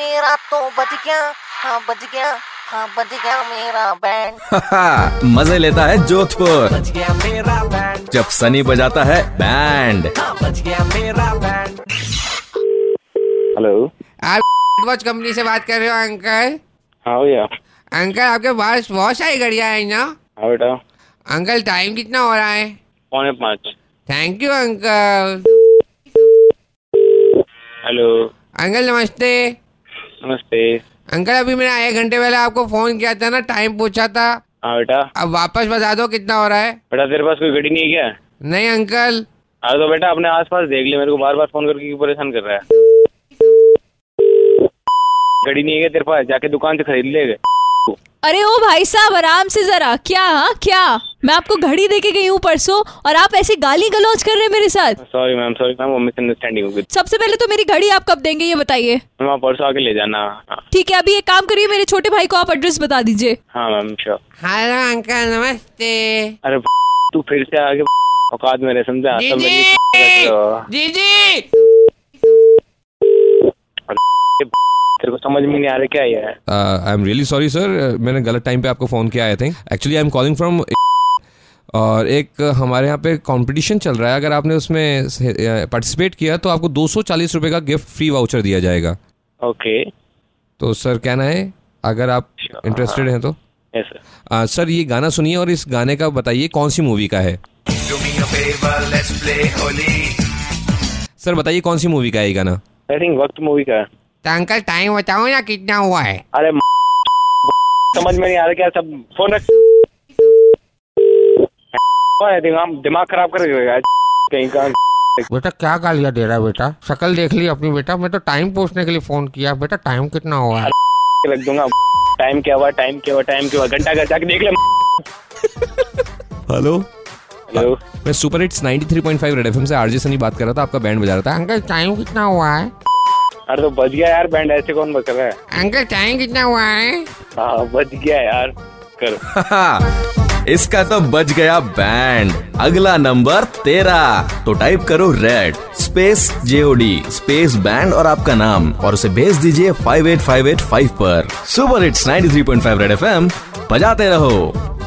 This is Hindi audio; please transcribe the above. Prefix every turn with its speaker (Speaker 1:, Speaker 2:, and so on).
Speaker 1: मेरा तो बज गया हाँ बज गया हाँ बज गया मेरा बैंड
Speaker 2: मजे लेता है जोधपुर
Speaker 3: बच गया मेरा बैंड
Speaker 2: जब सनी बजाता है बैंड
Speaker 3: हाँ बच गया मेरा बैंड
Speaker 4: हेलो
Speaker 5: आप वॉच कंपनी से बात कर रहे हो अंकल
Speaker 4: हाँ भैया
Speaker 5: अंकल आपके पास बहुत सारी घड़ियाँ हैं ना
Speaker 4: हाँ बेटा
Speaker 5: अंकल टाइम कितना हो रहा है
Speaker 4: पौने पाँच
Speaker 5: thank you uncle
Speaker 4: hello
Speaker 5: uncle नमस्ते
Speaker 4: नमस्ते
Speaker 5: अंकल अभी मैंने एक घंटे पहले आपको फोन किया था ना टाइम पूछा था
Speaker 4: हाँ बेटा
Speaker 5: अब वापस बता दो कितना हो रहा है
Speaker 4: बेटा तेरे पास कोई गड्डी नहीं है क्या
Speaker 5: नहीं अंकल
Speaker 4: हाँ तो बेटा अपने आसपास देख ले मेरे को बार बार फोन करके क्यों परेशान कर रहा है गड्डी नहीं है क्या तेरे पास जाके दुकान से खरीद ले
Speaker 6: अरे ओ भाई साहब आराम से जरा क्या हाँ क्या मैं आपको घड़ी देके गई हूँ परसों और आप ऐसे गाली गलौज कर रहे हैं मेरे साथ
Speaker 4: सॉरी मैम सॉरी मैम वो मिसअंडरस्टैंडिंग हो गई
Speaker 6: सबसे पहले तो मेरी घड़ी आप कब देंगे ये बताइए
Speaker 4: मैम आप परसों आके ले जाना हाँ
Speaker 6: ठीक है अभी एक काम करिए मेरे छोटे भाई को आप एड्रेस बता दीजिए
Speaker 4: हाँ मैम श्योर
Speaker 5: हेलो अंकल नमस्ते
Speaker 4: अरे तू फिर से आके औकात में रहे समझा सब मेरी
Speaker 5: दीदी
Speaker 4: करते हो।
Speaker 5: दीदी तो
Speaker 4: तेरे को समझ में नहीं आ रहा क्या ये है
Speaker 7: I am really sorry sir Uh, मैंने गलत टाइम पे आपको फ़ोन किया I think actually I am calling from और एक uh, हमारे यहाँ पे कंपटीशन चल रहा है अगर आपने उसमें पार्टिसिपेट किया तो आपको 240 रुपए का गिफ्ट फ्री वाउचर दिया जाएगा
Speaker 4: ओके
Speaker 7: तो सर कहना है अगर आप इंटरेस्टेड हैं तो
Speaker 4: यस सर
Speaker 7: आ, सर ये गाना सुनिए और इस गाने का बताइए कौन सी मूवी का है सर बताइए कौन सी मूवी का है ये गाना
Speaker 4: आई थिंक वक्त मूवी का है।
Speaker 5: तो अंकल टाइम बताओ ना कितना हुआ है
Speaker 4: अरे म- समझ में नहीं आ रहा क्या सब फोन रख कौन है दिमाग दिमाग खराब कर रखा है कहीं का
Speaker 5: बेटा क्या गालियाँ दे रहा है बेटा शक्ल देख ली अपनी बेटा मैं तो टाइम पूछने के लिए फोन किया बेटा टाइम कितना हुआ है
Speaker 4: रख दूंगा टाइम क्या हुआ टाइम क्या हुआ टाइम क्या हुआ घंटा घर जाके देख ले
Speaker 7: हेलो
Speaker 4: हेलो
Speaker 7: मैं सुपर हिट्स 93.5 रेड एफएम से आरजे सनी बात कर रहा था आपका बैंड बजा रहा था
Speaker 5: अंकल टाइम कितना हुआ है
Speaker 4: अरे तो बच गया यार बैंड ऐसे कौन बच रहा है
Speaker 5: अंकल टाइम कितना हुआ है
Speaker 4: हाँ बच गया यार कर
Speaker 2: इसका तो बज गया बैंड अगला नंबर तेरा तो टाइप करो red space JOD space band और आपका नाम और उसे भेज दीजिए 58585 पर सुपर हिट्स 93.5 रेड एफएम बजाते रहो